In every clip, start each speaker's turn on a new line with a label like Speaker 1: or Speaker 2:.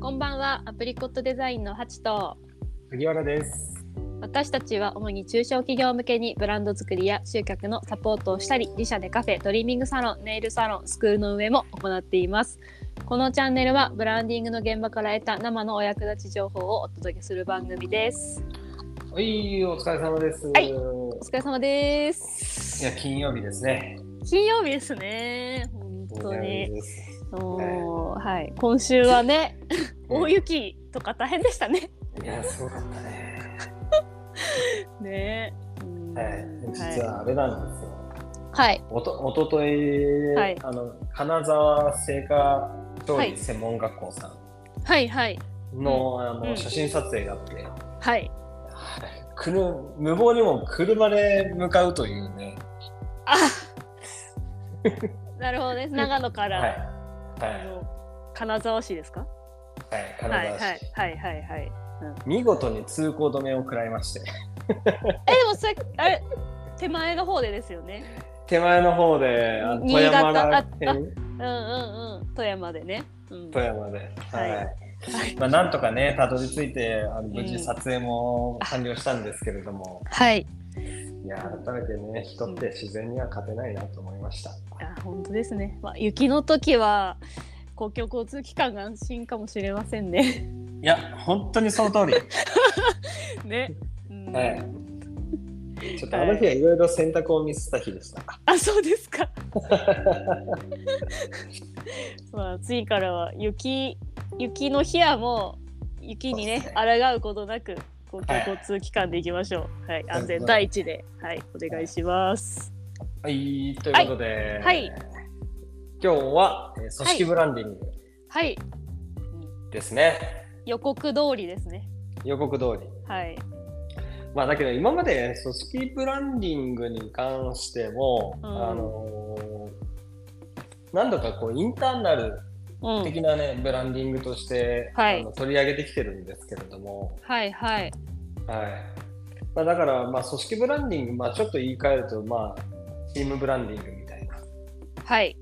Speaker 1: はアプリコットデザインのハチと
Speaker 2: 杉原です。
Speaker 1: 私たちは主に中小企業向けにブランド作りや集客のサポートをしたり自社でカフェドリーミングサロンネイルサロンスクールの運営も行っていますこのチャンネルはブランディングの現場から得た生のお役立ち情報をお届けする番組です
Speaker 2: はい、お疲れ様です。
Speaker 1: はいお
Speaker 2: い
Speaker 1: 疲れ様で
Speaker 2: や、
Speaker 1: す
Speaker 2: 金曜日ですね。
Speaker 1: 金曜日ですね本当に
Speaker 2: です。
Speaker 1: もうはい今週はね 大雪とか大変でしたね
Speaker 2: いや、すごかったね。
Speaker 1: ね
Speaker 2: はい、
Speaker 1: はい
Speaker 2: 実はあれなんですよ。
Speaker 1: はい
Speaker 2: おと、おととい、
Speaker 1: はい
Speaker 2: あの、金沢製菓調理専門学校さ
Speaker 1: はいはい
Speaker 2: んの、あ
Speaker 1: う
Speaker 2: の、
Speaker 1: ん
Speaker 2: 写真撮影があって。
Speaker 1: はい
Speaker 2: くる無謀にも車で向かうというね。
Speaker 1: あなるほど ね長野か
Speaker 2: はい。
Speaker 1: ら、
Speaker 2: はい。
Speaker 1: あの金沢市ですか
Speaker 2: はい。金
Speaker 1: はいは
Speaker 2: 沢
Speaker 1: い
Speaker 2: 市。
Speaker 1: はいはいはい
Speaker 2: 見事に通行止めを食らいまして。
Speaker 1: えでもそれあれ手前の方でですよね
Speaker 2: 手前の方で、あの
Speaker 1: 新潟あ
Speaker 2: 県
Speaker 1: うんうんうん富山でね、うん、
Speaker 2: 富山で、
Speaker 1: は
Speaker 2: はいい
Speaker 1: はい
Speaker 2: まあ、なんとかねたどり着いてあの無
Speaker 1: う
Speaker 2: 事
Speaker 1: ん
Speaker 2: 撮影も完了したんですけれども、
Speaker 1: はい
Speaker 2: いや改めてね人って自然には勝てないなと思いました、
Speaker 1: あ本当ですね、まあ、雪の時は公共交通機関が安心かもしれませんね
Speaker 2: いや本当にその通り、
Speaker 1: ね、うん
Speaker 2: はい、ちょっとあの日はいろいろ選択をミスった日でした、
Speaker 1: あそうです かまあ次からは雪雪の日はもう雪にね
Speaker 2: そう
Speaker 1: 抗うことなく公共交通機関で行きましょうはい、
Speaker 2: はい
Speaker 1: 安全第一ではいお願いします
Speaker 2: はいということで、
Speaker 1: はいはい
Speaker 2: 今日は、えー組織ブランディング
Speaker 1: はい
Speaker 2: ですね、
Speaker 1: 予告通りですね
Speaker 2: 予告通り
Speaker 1: はい
Speaker 2: まあだけど今まで組織ブランディングに関しても、
Speaker 1: うん
Speaker 2: あのー何度かこうインターナル
Speaker 1: うん
Speaker 2: 的なね、ブランディングとして、
Speaker 1: はい
Speaker 2: あの取り上げてきてるんですけれども、
Speaker 1: はいはい
Speaker 2: はいまあ、だからまあ組織ブランディング、まあ、ちょっと言い換えるとまあチームブランディングみたい
Speaker 1: はい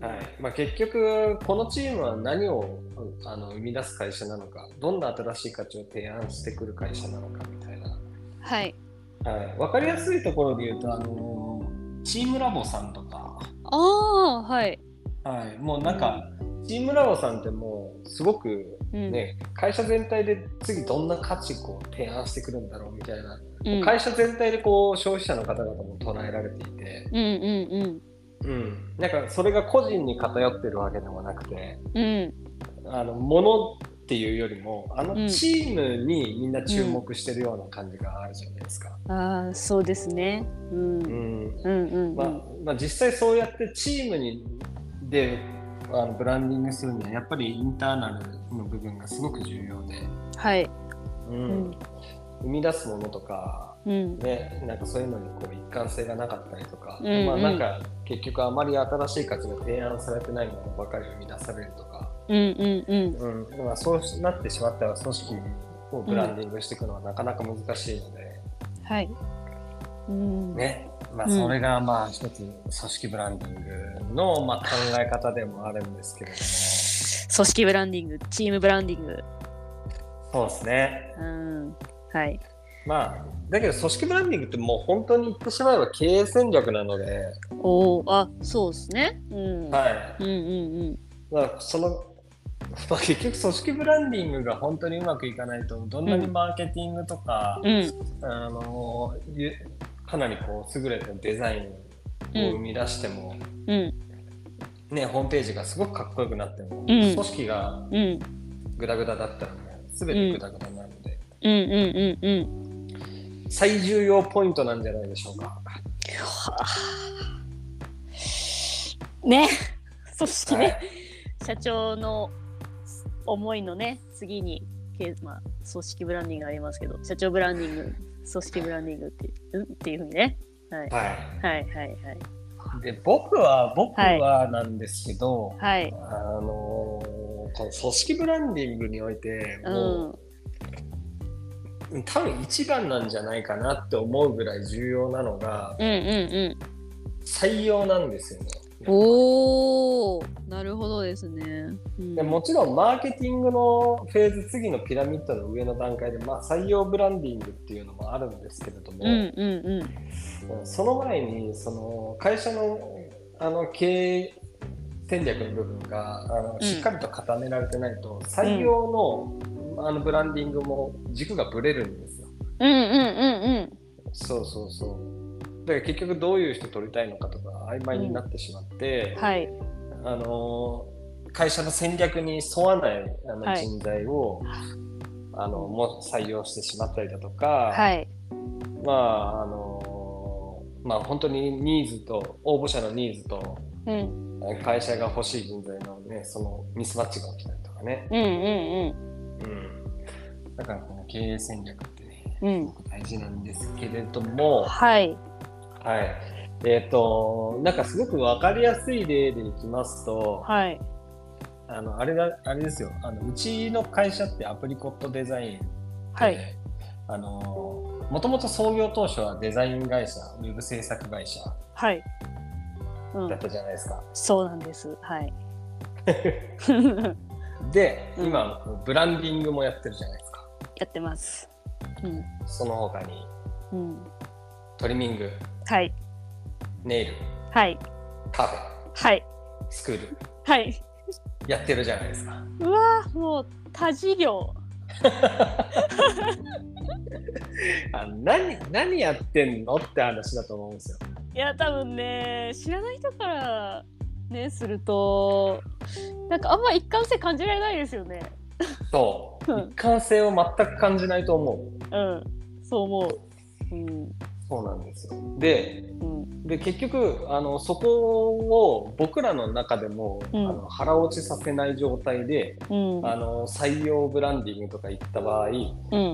Speaker 2: な、はいまあ、結局このチームは何をあの生み出す会社なのかどんな新しい価値を提案してくる会社なのかみたいな
Speaker 1: はい
Speaker 2: はい、分かりやすいところで言うと、あのチームラボさんとか、
Speaker 1: ああはい
Speaker 2: はい、もうなんか、チームラボさんってもうすごく、
Speaker 1: うん、
Speaker 2: ね会社全体で次どんな価値こう提案してくるんだろうみたいな、
Speaker 1: うん、
Speaker 2: 会社全体でこう消費者の方々も捉えられていて、
Speaker 1: うんうん
Speaker 2: うん、なんかそれが個人に偏ってるわけでもなくて
Speaker 1: うんうん
Speaker 2: あの物っていうよりもあ
Speaker 1: うん
Speaker 2: のチームにみんな注目してるような感じがあるじゃないですか。
Speaker 1: ああそうですねうん、う、
Speaker 2: うんん
Speaker 1: うんうん
Speaker 2: まあまあ、実際そうやってチームにであのブランディングするにはやっぱりインターナルの部分がすごく重要で、
Speaker 1: はい
Speaker 2: うん
Speaker 1: うん
Speaker 2: 生み出すものとか、
Speaker 1: うん
Speaker 2: ね、なんかそういうのにこう一貫性がなかったりとか、
Speaker 1: うんうん
Speaker 2: まあ、なんか結局あまり新しい価値が提案されてないものばかり生み出されるとか、
Speaker 1: うんうんうん
Speaker 2: うんまあ、そうしなってしまったら組織をブランディングしていくのはなかなか難しいので、
Speaker 1: はい。うん。
Speaker 2: ね、まあ、
Speaker 1: うん
Speaker 2: それがまあ一つ組織ブランディングのまあ考え方でもあるんですけれども、
Speaker 1: 組織ブランディング、チームブランディング。
Speaker 2: そうですね。
Speaker 1: うん。はい。
Speaker 2: まあ、だけど組織ブランディングってもう本当に言ってしまえば経営戦略なので、
Speaker 1: おお、あ、そうですね。うん。
Speaker 2: は
Speaker 1: うんうん
Speaker 2: い。まあ、その、まあ、結局組織ブランディングが本当にうまくいかないと、どんなにマーケティングとか、
Speaker 1: うん。うん。
Speaker 2: あの、ゆかなりこう優れたデザインを生み出しても、
Speaker 1: うん。
Speaker 2: ね、ホームページがすごくかっこよくなっても、組織が
Speaker 1: うん。
Speaker 2: グダグダだったらもう全てグダグダなので、
Speaker 1: うんうんうんうん。
Speaker 2: 最重要ポイントなんじゃないでしょうか。
Speaker 1: ね。組織
Speaker 2: は
Speaker 1: ね。
Speaker 2: い
Speaker 1: 社長の思いのね、次に、けまあ、組織ブランディングありますけど、社長ブランディング、組織ブランディングって、うんっていうふうにね。はい。
Speaker 2: は
Speaker 1: はいはいはい。
Speaker 2: い、で僕は僕はなんですけど、
Speaker 1: はい。
Speaker 2: あのーこの組織ブランディングにおいて
Speaker 1: う
Speaker 2: も
Speaker 1: ん。
Speaker 2: う、多分一番なんじゃないかなって思うぐらい重要なのが
Speaker 1: うんうんうん。
Speaker 2: 採用なんですよね。
Speaker 1: おお、なるほどですね。うん
Speaker 2: でもちろんマーケティングのフェーズ次のピラミッドの上の段階で、まあ、採用ブランディングっていうのもあるんですけれども、
Speaker 1: うんうんうん
Speaker 2: うんその前にその会社のあの経営戦略の部分があの
Speaker 1: ん
Speaker 2: しっかりと固められてないと、採用のあのブランディングも軸がぶれるんですよ。
Speaker 1: うんうんうんうん
Speaker 2: そうそうそうだから結局どういう人取りたいのかとか曖昧になってしまって、
Speaker 1: はい
Speaker 2: あの会社の戦略に沿わないあの
Speaker 1: はい
Speaker 2: 人材を、あのも採用してしまったりだとか、
Speaker 1: はい
Speaker 2: まああのまあ本当にニーズと応募者のニーズと
Speaker 1: うん
Speaker 2: 会社が欲しい人材のねそのミスマッチが起きたりとかね、
Speaker 1: うんうん
Speaker 2: うん、だからこの経営戦略ってね
Speaker 1: うんうん
Speaker 2: 大事なんですけれども
Speaker 1: はい
Speaker 2: はいえっ、となんかすごく分かりやすい例でいきますと
Speaker 1: はい
Speaker 2: あのあれだあれですよあのうちの会社ってアプリコットデザイン
Speaker 1: はい
Speaker 2: あのもともと創業当初はデザイン会社ウェブ制作会社
Speaker 1: はい、う
Speaker 2: だ
Speaker 1: ん
Speaker 2: っ、たじゃないですか。
Speaker 1: そうなんですはい
Speaker 2: で、
Speaker 1: うん
Speaker 2: 今ブランディングもやってるじゃないですか
Speaker 1: やってますうん
Speaker 2: その他に
Speaker 1: うん
Speaker 2: トリミング
Speaker 1: はい
Speaker 2: ネイル
Speaker 1: はい
Speaker 2: カフェ
Speaker 1: はい
Speaker 2: スクール
Speaker 1: はい
Speaker 2: やってるじゃないですか
Speaker 1: うわーもう他事業
Speaker 2: あ何何やってんのって話だと思うんですよ
Speaker 1: いや多分ね知らない人からねするとなんかあんま一貫性感じられないですよね
Speaker 2: そう
Speaker 1: うん
Speaker 2: 一貫性を全く感じないと思う
Speaker 1: うんそう思ううん
Speaker 2: そうなんですよで
Speaker 1: うん
Speaker 2: で結局あのそこを僕らの中でも、
Speaker 1: うん
Speaker 2: あの腹落ちさせない状態で、
Speaker 1: うん
Speaker 2: あの採用ブランディングとか行った場合、
Speaker 1: うん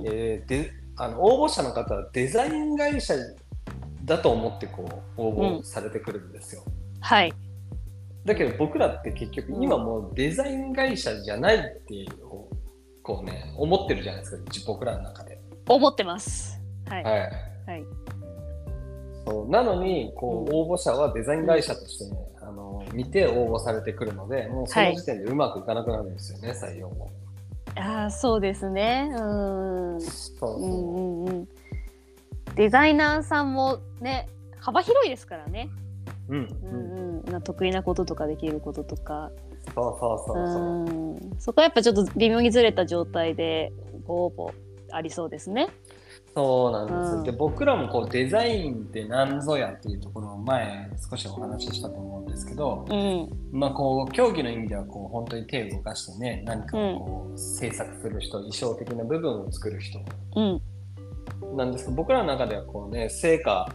Speaker 2: えーであの応募者の方はデザイン会社だと思ってこう応募されてくるんですよ、
Speaker 1: はい
Speaker 2: だけど僕らって結局今もうデザイン会社じゃないっていうこうね思ってるじゃないですかうち僕らの中で
Speaker 1: 思ってますはい
Speaker 2: はい、
Speaker 1: はい
Speaker 2: そうなのにこう、応募者はデザイン会社として、ね、あの見て応募されてくるのでもうその時点でうまくいかなくなるんですよね、採用も
Speaker 1: ああそうですねうん
Speaker 2: そう
Speaker 1: う
Speaker 2: そうん
Speaker 1: うんうんデザイナーさんもね幅広いですからね、
Speaker 2: うん
Speaker 1: う
Speaker 2: うん
Speaker 1: んうんまあ、得意なこととかできることとか
Speaker 2: そうそうそううそう、
Speaker 1: んそこはやっぱちょっと微妙にずれた状態でご応募ありそうですね。
Speaker 2: そうなんです、
Speaker 1: うん
Speaker 2: で僕らもこうデザインって何ぞやっていうところを前少しお話ししたと思うんですけど、
Speaker 1: うん
Speaker 2: まあ、こう競技の意味ではこう本当に手を動かしてね何かをこう制作する人、衣装的な部分を作る人
Speaker 1: うん
Speaker 2: なんですけど僕らの中ではこう、ね、成果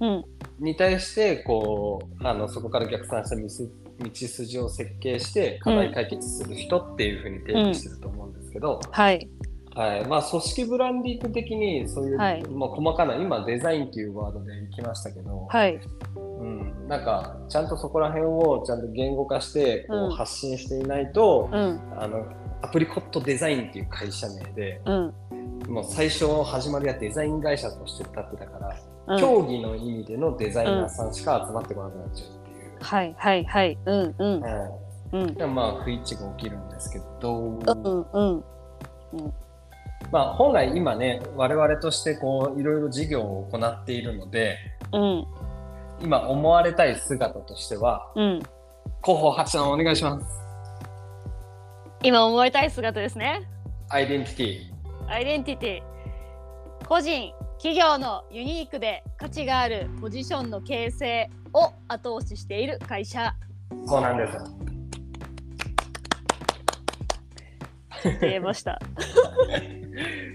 Speaker 1: うん
Speaker 2: に対してこうあのそこから逆算した道す道筋を設計して課題解決する人っていうふうに定義してると思うんですけど、
Speaker 1: はい
Speaker 2: はいまあ、組織ブランディング的にそういう、
Speaker 1: はい
Speaker 2: まあ、細かな今デザインっていうワードでいきましたけど、
Speaker 1: はい
Speaker 2: うん、なんかちゃんとそこら辺をちゃんと言語化してこ
Speaker 1: うん
Speaker 2: う発信していないと、
Speaker 1: うん
Speaker 2: あのアプリコットデザインっていう会社名で
Speaker 1: うん
Speaker 2: もう最初の始まりはデザイン会社として立ってたから、
Speaker 1: うん
Speaker 2: 競技の意味でのデザイナーさんしか集まってこなくなっちゃうっていう、
Speaker 1: はいはいはいうんうん
Speaker 2: は
Speaker 1: うん
Speaker 2: いでまあ不一致が起きるんですけど、
Speaker 1: うんうん
Speaker 2: まあ、本来今ね我々としてこういろいろ事業を行っているので
Speaker 1: うん
Speaker 2: 今思われたい姿としては
Speaker 1: うん
Speaker 2: 広報発案お願いします
Speaker 1: 今思われたい姿ですね。
Speaker 2: アイデンティティ
Speaker 1: アイデンティティ個人企業のユニークで価値があるポジションの形成を後押ししている会社
Speaker 2: そうなんですよ。
Speaker 1: 言えました。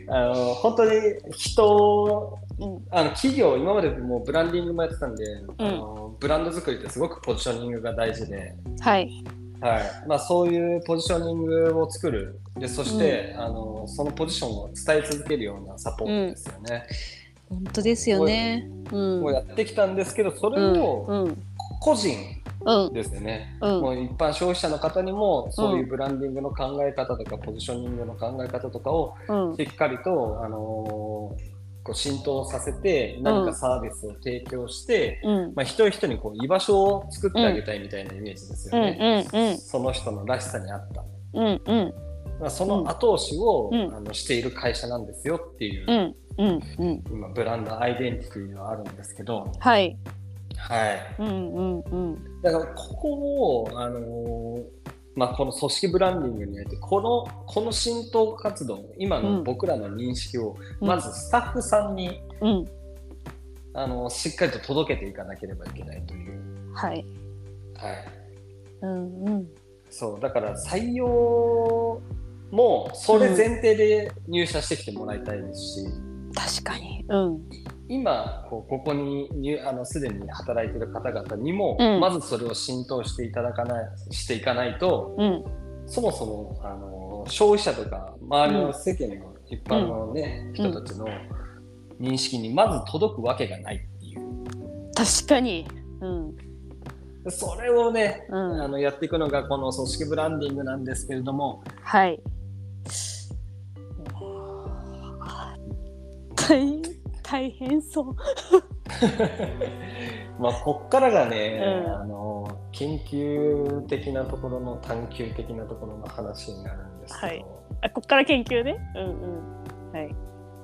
Speaker 2: あの本当に人を
Speaker 1: うん
Speaker 2: あの企業今までもうブランディングもやってたんで、
Speaker 1: うん
Speaker 2: あのブランド作りってすごくポジショニングが大事で、
Speaker 1: はい
Speaker 2: はいまあ、そういうポジショニングを作るでそして、あのそのポジションを伝え続けるようなサポートですよね。
Speaker 1: 本当ですよね。うん
Speaker 2: もうやってきたんですけどそれ
Speaker 1: うんう
Speaker 2: を
Speaker 1: ん
Speaker 2: 個人
Speaker 1: うん
Speaker 2: ですよね、
Speaker 1: うん
Speaker 2: もう一般消費者の方にもそういうブランディングの考え方とかポジショニングの考え方とかを
Speaker 1: うん
Speaker 2: しっかりと、あのーこう浸透させて何かサービスを提供して、
Speaker 1: うん
Speaker 2: まあ、一人一人にこう居場所を作ってあげたいみたいなイメージです
Speaker 1: う
Speaker 2: よ
Speaker 1: ん
Speaker 2: ね、
Speaker 1: うん
Speaker 2: その人のらしさに合った、
Speaker 1: うんうん
Speaker 2: まあ、その後押しを、
Speaker 1: うん
Speaker 2: あのしている会社なんですよっていう、
Speaker 1: うんうんうん
Speaker 2: 今ブランドアイデンティティはあるんですけど、
Speaker 1: はい
Speaker 2: はい、
Speaker 1: うんうんうん
Speaker 2: だからここを、あのーまあ、この組織ブランディングにおいてこのこの浸透活動今
Speaker 1: う
Speaker 2: の
Speaker 1: ん
Speaker 2: 僕らの認識を
Speaker 1: うん
Speaker 2: まずスタッフさんに、
Speaker 1: うん
Speaker 2: あのーしっかりと届けていかなければいけないという、
Speaker 1: はい
Speaker 2: はい、
Speaker 1: うんうん
Speaker 2: そうだから採用もそれ前提で入社してきてもらいたいですし、
Speaker 1: 確かにうん
Speaker 2: 今こうここに入あのすでに働いてる方々にも、
Speaker 1: うん
Speaker 2: まずそれを浸透していただかないしていかないと
Speaker 1: うん
Speaker 2: そもそもあの消費者とか周りの世間の一般の、ね人たちの認識にまず届くわけがないっていう
Speaker 1: 確かにうん
Speaker 2: それをね、
Speaker 1: う
Speaker 2: あ
Speaker 1: ん
Speaker 2: のやっていくのがこの組織ブランディングなんですけれども
Speaker 1: はい大大変そう
Speaker 2: まあこっからがね、
Speaker 1: うん
Speaker 2: あの研究的なところの探究的なところの話になるんですけど。
Speaker 1: はいあこっから研究ねうんうんはい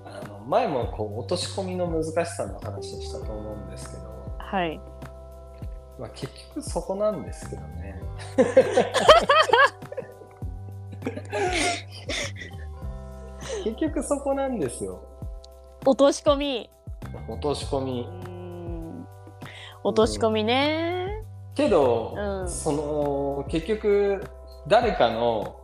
Speaker 2: あの前もこう落とし込みの難しさの話をしたと思うんですけど、
Speaker 1: はい
Speaker 2: まあ、結局そこなんですけど ね。結局そこなんですよ
Speaker 1: 落とし込み
Speaker 2: 落とし込み
Speaker 1: う。ん落とし込みね
Speaker 2: けど、
Speaker 1: うん
Speaker 2: その結局誰かの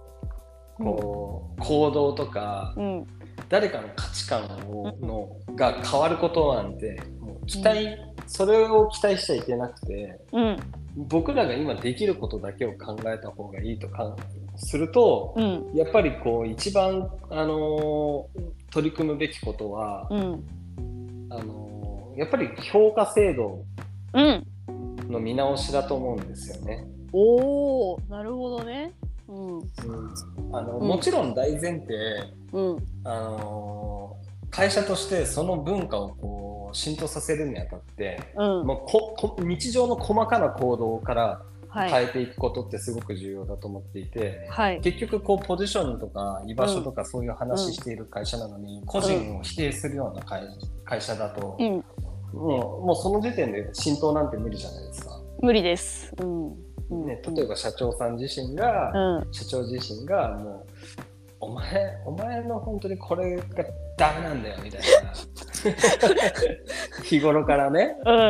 Speaker 2: こう行動とか
Speaker 1: うん
Speaker 2: 誰かの価値観をのが変わることなんてもう期待、それを期待しちゃいけなくて。
Speaker 1: うん
Speaker 2: 僕らが今できることだけを考えた方がいいとかすると、
Speaker 1: うん
Speaker 2: やっぱりこう一番、あのー取り組むべきことは、
Speaker 1: うん
Speaker 2: あのーやっぱり評価制度
Speaker 1: うん
Speaker 2: の見直しだと思うんですよね。
Speaker 1: おおなるほどねうん
Speaker 2: あの
Speaker 1: うん
Speaker 2: もちろん大前提、
Speaker 1: うん
Speaker 2: あのー会社としてその文化をこう浸透させるにあたって、
Speaker 1: うん
Speaker 2: もうここ日常の細かな行動から
Speaker 1: はい
Speaker 2: 変えていくことってすごく重要だと思っていて。
Speaker 1: はい
Speaker 2: 結局こうポジションとか居場所とかそういう話している会社なのに、個人を否定するような会会社だと、
Speaker 1: うん
Speaker 2: もうもうその時点で浸透なんて無理じゃないですか、
Speaker 1: 無理ですうんうん
Speaker 2: ね、例えば社長さん自身が、
Speaker 1: うん
Speaker 2: 社長自身がもうお前お前の本当にこれがダメなんだよみた いな日頃からね
Speaker 1: うんうんう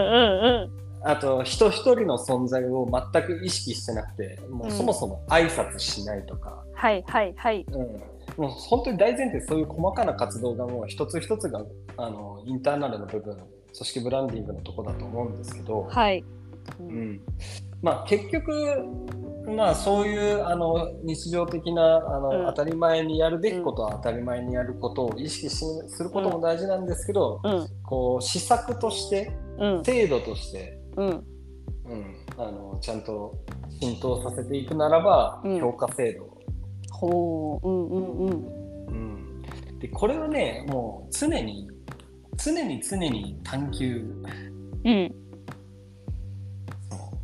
Speaker 1: ん
Speaker 2: あと人一人の存在を全く意識してなくてもうそもそも挨拶しないとか、
Speaker 1: はいはいはい
Speaker 2: うんもう本当に大前提そういう細かな活動がもう一つ一つがあのインターナルの部分組織ブランディングのとこだと思うんですけど、
Speaker 1: はい、う
Speaker 2: うんんまあ、結局、まあ、そういうあの日常的なあの、
Speaker 1: うん
Speaker 2: 当たり前にやるべきことは当たり前にやることを意識しすることも大事なんですけど、
Speaker 1: うん
Speaker 2: こう施策として
Speaker 1: うん
Speaker 2: 制度として、
Speaker 1: うん
Speaker 2: うん、あのちゃんと浸透させていくならば、
Speaker 1: うん
Speaker 2: 評価制度を
Speaker 1: ほううんうんうん
Speaker 2: うんでこれはねもう常に常に常に探求
Speaker 1: うん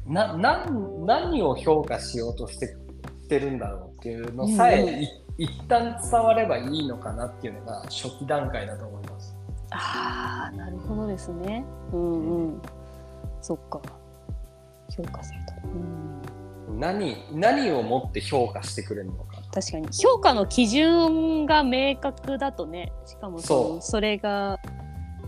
Speaker 2: ななん何を評価しようとしてしてるんだろうっていうのさえ、
Speaker 1: うん
Speaker 2: い一旦伝わればいいのかなっていうのが初期段階だと思います。
Speaker 1: ああなるほどですねうんうんそっか評価制度うん
Speaker 2: 何何をもって評価してくれるのか。
Speaker 1: 確かに評価の基準が明確だとねしかもその
Speaker 2: そう
Speaker 1: それが、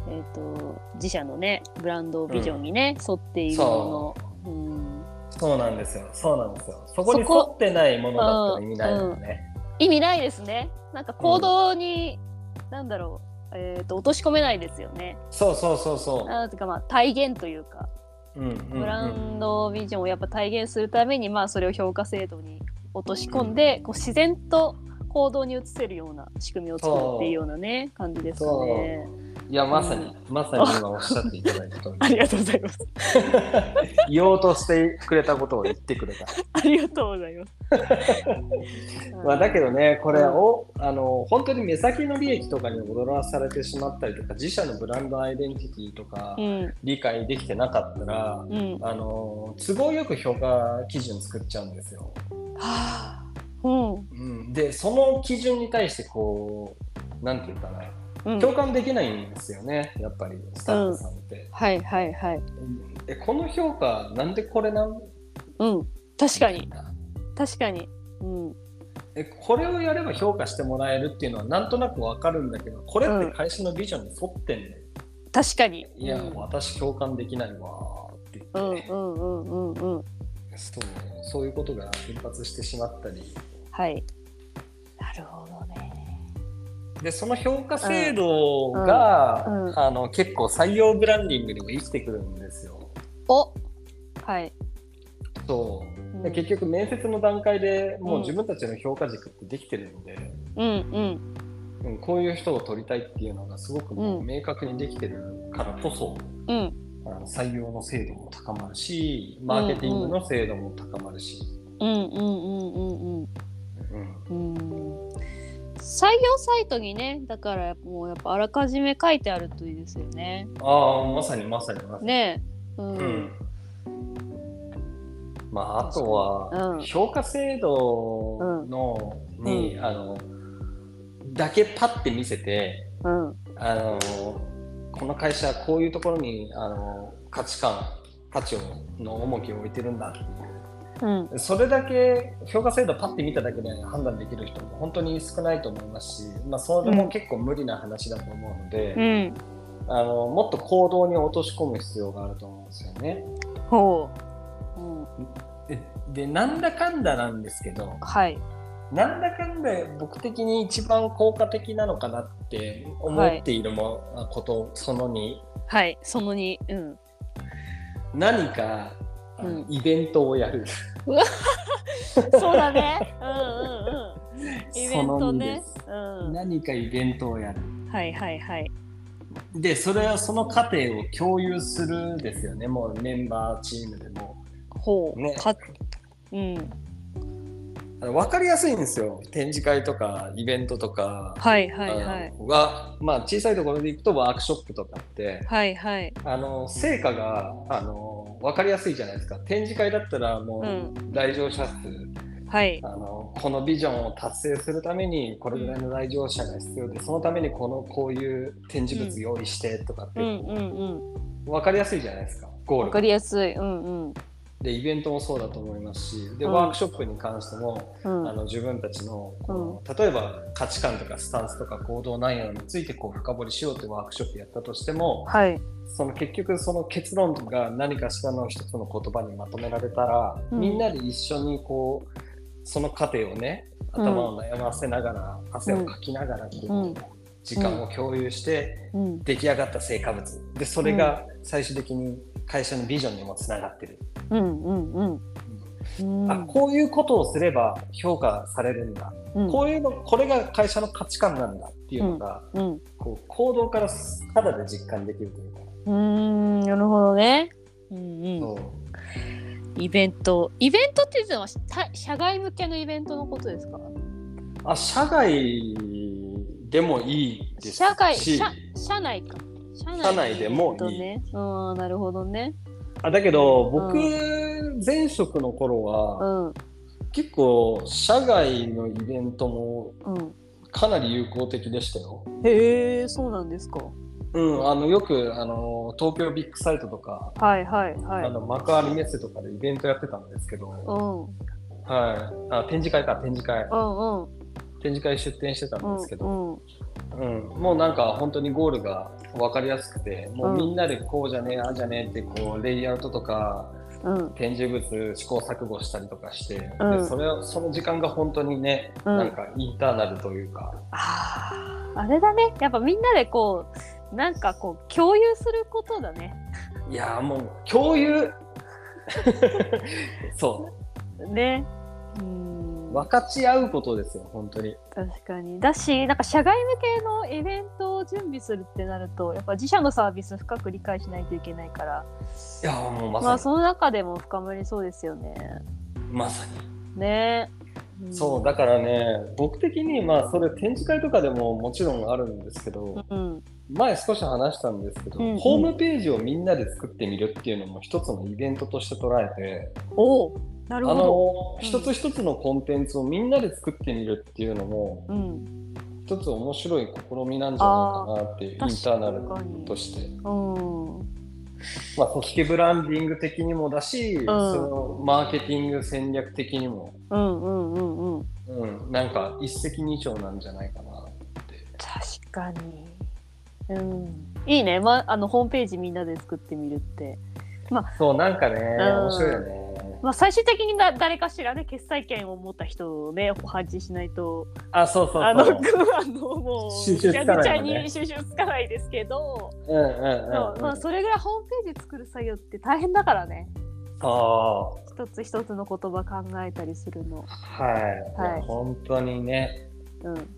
Speaker 1: えー、と自社のねブランドビジョンにね、沿っているものうん
Speaker 2: そうなんですよ。そうなんですよ。そこに沿
Speaker 1: そこ
Speaker 2: ってないものだったら意味ないよね。
Speaker 1: 意味ないですねなんか行動に、なんだろう、えー、と落とし込めないですよね
Speaker 2: そうそうそうそ
Speaker 1: なんていうかまあ体現というか
Speaker 2: う。うんうんうん
Speaker 1: ブランドビジョンをやっぱ体現するために、まあ、それを評価制度に落とし込んで、こう自然と行動に移せるような仕組みを作るっていうようなね感じですかね。
Speaker 2: いや、まさに、まさに今おっしゃっていただいた通
Speaker 1: あり
Speaker 2: り、
Speaker 1: がとうございます。
Speaker 2: 言おうとしてくれたことを言ってくれた。
Speaker 1: ありがとうございます。
Speaker 2: まあ、だけどね、これ
Speaker 1: うん
Speaker 2: を、あの本当に目先の利益とかに踊らされてしまったりとか、自社のブランドアイデンティティとか、
Speaker 1: うん、
Speaker 2: 理解できてなかったら、
Speaker 1: うん、は
Speaker 2: あの都合よく評価基準作っちゃうんですよ。
Speaker 1: あ、うん、
Speaker 2: うん、でその基準に対してこうなんていうかな
Speaker 1: うん、
Speaker 2: 共感できないんですよねやっぱりスタッフさんって。
Speaker 1: はいはいはい、
Speaker 2: えこの評価なんでこれなん
Speaker 1: うん、確かに確かに、うん、
Speaker 2: えこれをやれば評価してもらえるっていうのはなんとなくわかるんだけどこれって会社のビジョンに沿ってんね、
Speaker 1: 確かに。
Speaker 2: ん、いや、
Speaker 1: うん、
Speaker 2: 私共感できないわーって
Speaker 1: う
Speaker 2: 言
Speaker 1: ん
Speaker 2: っ
Speaker 1: う
Speaker 2: て、
Speaker 1: んうんうんうん、
Speaker 2: そうそういうことが頻発してしまったり
Speaker 1: はい。なるほどね。
Speaker 2: でその評価制度が、
Speaker 1: うんうん
Speaker 2: あの結構採用ブランディングにも生きてくるんですよ。
Speaker 1: お、はい。
Speaker 2: そう
Speaker 1: うん
Speaker 2: で結局面接の段階でもううん自分たちの評価軸ってできてるので、
Speaker 1: うんうん
Speaker 2: うん、こういう人を取りたいっていうのがすごくもううん明確にできてるからこそ、
Speaker 1: うん
Speaker 2: あの採用の精度も高まるしマーケティングの精度も高まるし、
Speaker 1: うんうんうんうんうん。
Speaker 2: うん
Speaker 1: うん採用サイトにねだからもうやっぱあらかじめ書いてあるといいですよね。
Speaker 2: ああまさにまさにまさに。
Speaker 1: ねえ、うん
Speaker 2: うんまあ、あとは、
Speaker 1: うん
Speaker 2: 評価制度の、
Speaker 1: ん
Speaker 2: に、あのだけパッて見せて
Speaker 1: うん
Speaker 2: あのこの会社はこういうところにあの価値観価値をの重きを置いてるんだ
Speaker 1: うん
Speaker 2: それだけ評価制度パッて見ただけで判断できる人も本当に少ないと思いますし、まあ、それも結構無理な話だと思うので、
Speaker 1: うん
Speaker 2: あのもっと行動に落とし込む必要があると思うんですよね。
Speaker 1: ほう、うん、
Speaker 2: ででなんだかんだなんですけど
Speaker 1: はい
Speaker 2: なんだかんだ僕的に一番効果的なのかなって思っているも、ことその2
Speaker 1: はいその2うん
Speaker 2: 何か、あの
Speaker 1: うん
Speaker 2: イベントをやる
Speaker 1: そうだねうんうんうんイベントね
Speaker 2: そ
Speaker 1: う
Speaker 2: の2です
Speaker 1: ん
Speaker 2: 何かイベントをやる
Speaker 1: はいはいはい
Speaker 2: でそれはその過程を共有するですよねもうメンバーチームでも
Speaker 1: ほう、
Speaker 2: ね
Speaker 1: かうん
Speaker 2: あの分かりやすいんですよ展示会とかイベントとか
Speaker 1: はいはいはい
Speaker 2: あのはまあ小さいところで行くとワークショップとかって
Speaker 1: はいはい
Speaker 2: あの成果があの分かりやすいじゃないですか展示会だったらも
Speaker 1: うん
Speaker 2: う来場者数、
Speaker 1: はい
Speaker 2: あのこのビジョンを達成するためにこれぐらいの来場者が必要でそのためにこのこういう展示物用意してとかって、
Speaker 1: うんうんうん
Speaker 2: 分かりやすいじゃないですかゴー
Speaker 1: わ
Speaker 2: ル
Speaker 1: か
Speaker 2: が
Speaker 1: りやすいうんうん
Speaker 2: でイベントもそうだと思いますしで
Speaker 1: うん
Speaker 2: ワークショップに関しても、
Speaker 1: うん
Speaker 2: あの自分たちのこの例えば価値観とかスタンスとか行動内容についてこう深掘りしようってワークショップやったとしても、
Speaker 1: はい
Speaker 2: その結局その結論が何かしらの一つの言葉にまとめられたら、
Speaker 1: うん
Speaker 2: みんなで一緒にこうその過程をね頭を悩ませながら、汗をかきながらこう
Speaker 1: うん
Speaker 2: 時間を共有して
Speaker 1: うん
Speaker 2: 出来上がった成果物でそれが最終的に会社のビジョンにもつながってる、
Speaker 1: うんうんうんうん
Speaker 2: あこういうことをすれば評価されるんだ、
Speaker 1: うん
Speaker 2: こういうのこれが会社の価値観なんだっていうのが、
Speaker 1: うん
Speaker 2: こう行動から肌で実感できるというか。
Speaker 1: うーん、なるほどね。うんうん、
Speaker 2: そう
Speaker 1: イベントイベントっていうのはた社外向けのイベントのことですか
Speaker 2: あ社外でもいいですし
Speaker 1: 社外社社内か社
Speaker 2: 社内でもいい
Speaker 1: イベントね、うんなるほどね
Speaker 2: あだけど僕、
Speaker 1: う
Speaker 2: 前職の頃
Speaker 1: う
Speaker 2: は、
Speaker 1: んうん
Speaker 2: 結構社外のイベントもかなり有効的でしたよ。
Speaker 1: へえそうなんですか
Speaker 2: うん、あのよくあの東京ビッグサイトとか、
Speaker 1: はいはいは
Speaker 2: あ
Speaker 1: い
Speaker 2: の幕張メッセとかでイベントやってたんですけど、
Speaker 1: う
Speaker 2: はい、
Speaker 1: ん
Speaker 2: あ展示会か展示会
Speaker 1: うんうん
Speaker 2: 展示会出展してた
Speaker 1: うんん
Speaker 2: ですけど、
Speaker 1: うん
Speaker 2: うん、もうなんか本当にゴールが分かりやすくてもうみんなでこうじゃねえ、ああじゃねえってこうレイアウトとか
Speaker 1: うん
Speaker 2: 展示物試行錯誤したりとかして、
Speaker 1: うん
Speaker 2: でそれをその時間が本当にね、
Speaker 1: うん
Speaker 2: なんかインターナルというか、
Speaker 1: あーあれだねやっぱみんなでこうなんかこう共有することだね
Speaker 2: いやーもう共有 そ
Speaker 1: ねうん
Speaker 2: 分かち合うことですよ、本当に。
Speaker 1: 確かにだしなんか社外向けのイベントを準備するってなるとやっぱ自社のサービス深く理解しないといけないから
Speaker 2: いやーもう
Speaker 1: ま
Speaker 2: ま
Speaker 1: あ
Speaker 2: さ
Speaker 1: その中でも深まりそうですよね。
Speaker 2: に、まさに。
Speaker 1: ね、
Speaker 2: そう、だからね、僕的に、まあ、それ展示会とかでももちろんあるんですけど、
Speaker 1: うん、
Speaker 2: 前少し話したんですけど、
Speaker 1: うんうん
Speaker 2: ホームページをみんなで作ってみるっていうのも一つのイベントとして捉えて、
Speaker 1: おおなるほ
Speaker 2: あ
Speaker 1: う
Speaker 2: の、
Speaker 1: ん
Speaker 2: 一つ一つのコンテンツをみんなで作ってみるっていうのも、
Speaker 1: ど。うん、
Speaker 2: 一つ面白い試みなんじゃないかなっていうインターナルとして、
Speaker 1: うん、
Speaker 2: まあ、組織ブランディング的にもだし、そのマーケティング戦略的にも、
Speaker 1: うんうんうんうん
Speaker 2: うん、なんか一石二鳥なんじゃないかな。
Speaker 1: 確かに、うん、いいね、まあ、あのホームページみんなで作ってみるって、
Speaker 2: そうなんかね、
Speaker 1: ん
Speaker 2: 面白いよね。
Speaker 1: まあ、最終的にだ誰かしらね決済権を持った人をね配置しないと
Speaker 2: あ、そうそうそう。
Speaker 1: あの あのもう
Speaker 2: 収
Speaker 1: ぐ
Speaker 2: 集つ
Speaker 1: ち
Speaker 2: か
Speaker 1: ゃ
Speaker 2: ない
Speaker 1: ぐちゃ
Speaker 2: よね
Speaker 1: に収集つかないですけど、
Speaker 2: うんうん
Speaker 1: そう
Speaker 2: うん、う
Speaker 1: まあ、
Speaker 2: ん。
Speaker 1: それぐらいホームページ作る作業って大変だからね
Speaker 2: そう。
Speaker 1: 一つ一つの言葉考えたりするの。
Speaker 2: はい。
Speaker 1: はい
Speaker 2: いや本当にね。
Speaker 1: うん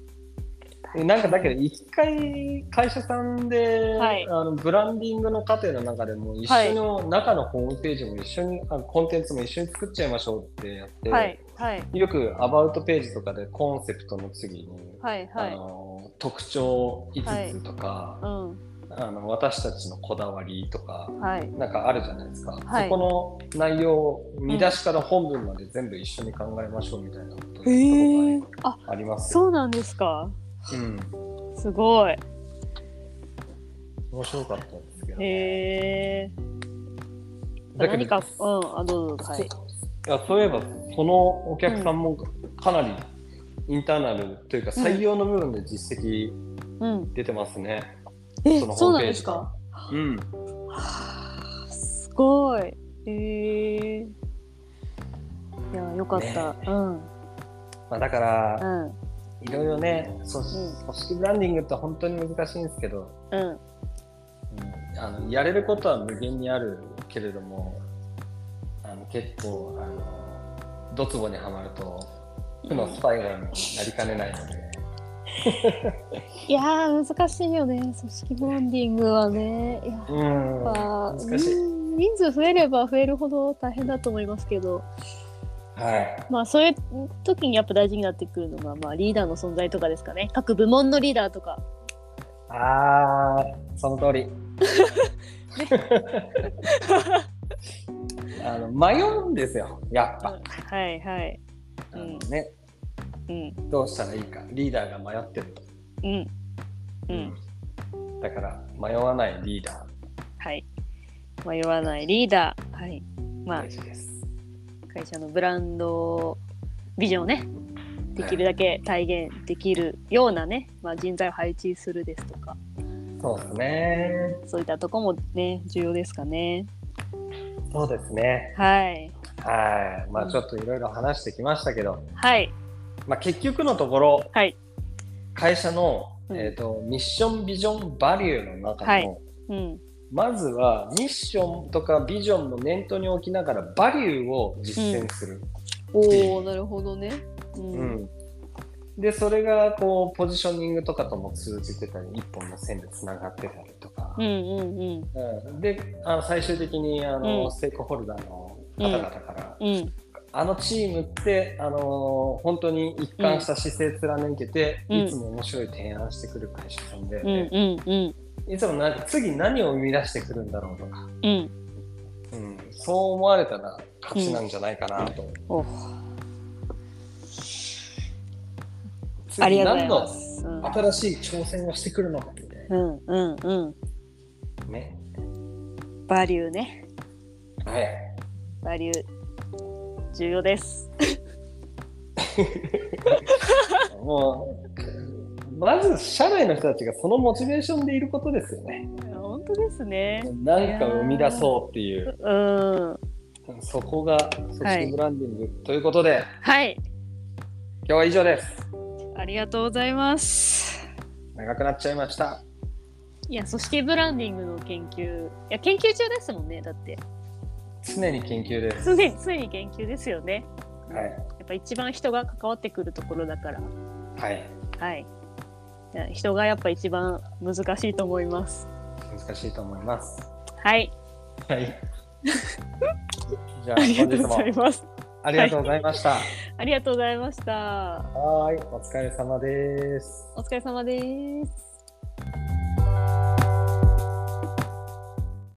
Speaker 2: なんかだけど、一回会社さんで、
Speaker 1: はい
Speaker 2: あのブランディングの過程の中でも、一緒の中のホームページも一緒に、あのコンテンツも一緒に作っちゃいましょうってやって、
Speaker 1: はいはい
Speaker 2: よくアバウトページとかでコンセプトの次に、
Speaker 1: はいは
Speaker 2: あ
Speaker 1: い。
Speaker 2: の特徴5つとか、
Speaker 1: うん
Speaker 2: あの私たちのこだわりとか、
Speaker 1: はい
Speaker 2: なんかあるじゃないですか、
Speaker 1: はい
Speaker 2: そこの内容を見出しから本文まで全部一緒に考えましょうみたいなこと
Speaker 1: へえ
Speaker 2: が
Speaker 1: あ
Speaker 2: ありますよ、
Speaker 1: そうなんですか
Speaker 2: うん、
Speaker 1: すごい。
Speaker 2: 面白かったんですけど、
Speaker 1: へえ。
Speaker 2: だけど
Speaker 1: 何かうんあどうぞはい。
Speaker 2: いやそういえばそのお客さんもかなりインターナルというか
Speaker 1: うん
Speaker 2: 採用の部分で実績
Speaker 1: うん
Speaker 2: 出てますね、
Speaker 1: え
Speaker 2: その
Speaker 1: そ
Speaker 2: ホ
Speaker 1: う
Speaker 2: ー
Speaker 1: なん
Speaker 2: ムペ
Speaker 1: で
Speaker 2: ー
Speaker 1: す
Speaker 2: ジから
Speaker 1: か。
Speaker 2: うん
Speaker 1: はあすごい。へえ。いやよかった。
Speaker 2: ね
Speaker 1: うんうん
Speaker 2: まあ、だから
Speaker 1: うん
Speaker 2: いろいろね組
Speaker 1: う
Speaker 2: 組織ブランディングって本当に難しいんですけど、
Speaker 1: うん
Speaker 2: うんあのやれることは無限にあるけれどもあの結構あのドツボにはまると負のスパイラルになりかねないので、
Speaker 1: いやー難しいよね組織ブランディングはねいや
Speaker 2: うん、
Speaker 1: やっぱ
Speaker 2: 難しい、
Speaker 1: うん人数増えれば増えるほど大変だと思いますけど、
Speaker 2: はい、
Speaker 1: まあ、そういう時にやっぱ大事になってくるのが、まあ、リーダーの存在とかですかね各部門のリーダーとか
Speaker 2: あーその 通り あの迷うんですよやっぱ、
Speaker 1: はいはい
Speaker 2: あのね
Speaker 1: うん
Speaker 2: どうしたらいいかリーダーが迷ってると、
Speaker 1: うんうん
Speaker 2: だから迷わないリーダ
Speaker 1: はい迷わないリーダーはい
Speaker 2: ー
Speaker 1: まあ
Speaker 2: 大事です、
Speaker 1: 会社のブランドビジョンをねできるだけ体現できるようなね、まあ、人材を配置するですとか
Speaker 2: そうですね
Speaker 1: そういったとこもね重要ですかね
Speaker 2: そうですね。
Speaker 1: はい
Speaker 2: はい。ま
Speaker 1: う
Speaker 2: あ
Speaker 1: ん
Speaker 2: ちょっといろいろ話してきましたけど、
Speaker 1: はい
Speaker 2: まあ結局のところ、
Speaker 1: はい
Speaker 2: 会社の、
Speaker 1: うん
Speaker 2: えっ、と、ミッション、ビジョン、バリューの中の、
Speaker 1: はいうん
Speaker 2: まずはミッションとかビジョンも念頭に置きながら、バリューを実践する。
Speaker 1: おおなるほどね。う
Speaker 2: うんん。で、それが、こう、ポジショニングとかとも通じてたり、一本の線でつながってたりとか
Speaker 1: う、んうんうん
Speaker 2: うんであの最終的にあの、
Speaker 1: うん
Speaker 2: ステークホルダーの方々から、
Speaker 1: うん
Speaker 2: あのチームって、あのー本当に一貫した姿勢貫けて、
Speaker 1: うん
Speaker 2: いつも面白い提案してくる会社さんで、
Speaker 1: うんうんうん
Speaker 2: いつもなんか次何を生み出してくるんだろうとか、
Speaker 1: うん
Speaker 2: うん、そう思われたら勝ちなんじゃないかなと。
Speaker 1: お
Speaker 2: 次
Speaker 1: ありがとうございます。
Speaker 2: 何の新しい挑戦をしてくるのかみたい
Speaker 1: うんうんうん
Speaker 2: なね。
Speaker 1: うんバリューね
Speaker 2: はい。
Speaker 1: バリュー重要です。
Speaker 2: もう、まず社内の人たちがそのモチベーションでいることですよね。
Speaker 1: 本当ですね。
Speaker 2: なんか生み出そうっていう、
Speaker 1: うん
Speaker 2: そこが組織ブランディング、ということで、
Speaker 1: はい
Speaker 2: 今日は以上です。
Speaker 1: ありがとうございます。
Speaker 2: 長くなっちゃいました。
Speaker 1: いや組織ブランディングの研究いや研究中ですもんねだって
Speaker 2: 常に研究です。
Speaker 1: 常に常に研究ですよね。
Speaker 2: はい。
Speaker 1: やっぱ一番人が関わってくるところだから
Speaker 2: はい。
Speaker 1: はいじゃあ人がやっぱ一番難しいと思います
Speaker 2: 難しいと思います。
Speaker 1: はい
Speaker 2: はい。 じゃあ、
Speaker 1: ありが
Speaker 2: 本
Speaker 1: と
Speaker 2: 日
Speaker 1: うご
Speaker 2: も
Speaker 1: ざいます
Speaker 2: ありがとうございました。
Speaker 1: ありがとうございました
Speaker 2: はーい。お疲れ様です。
Speaker 1: お疲れ様です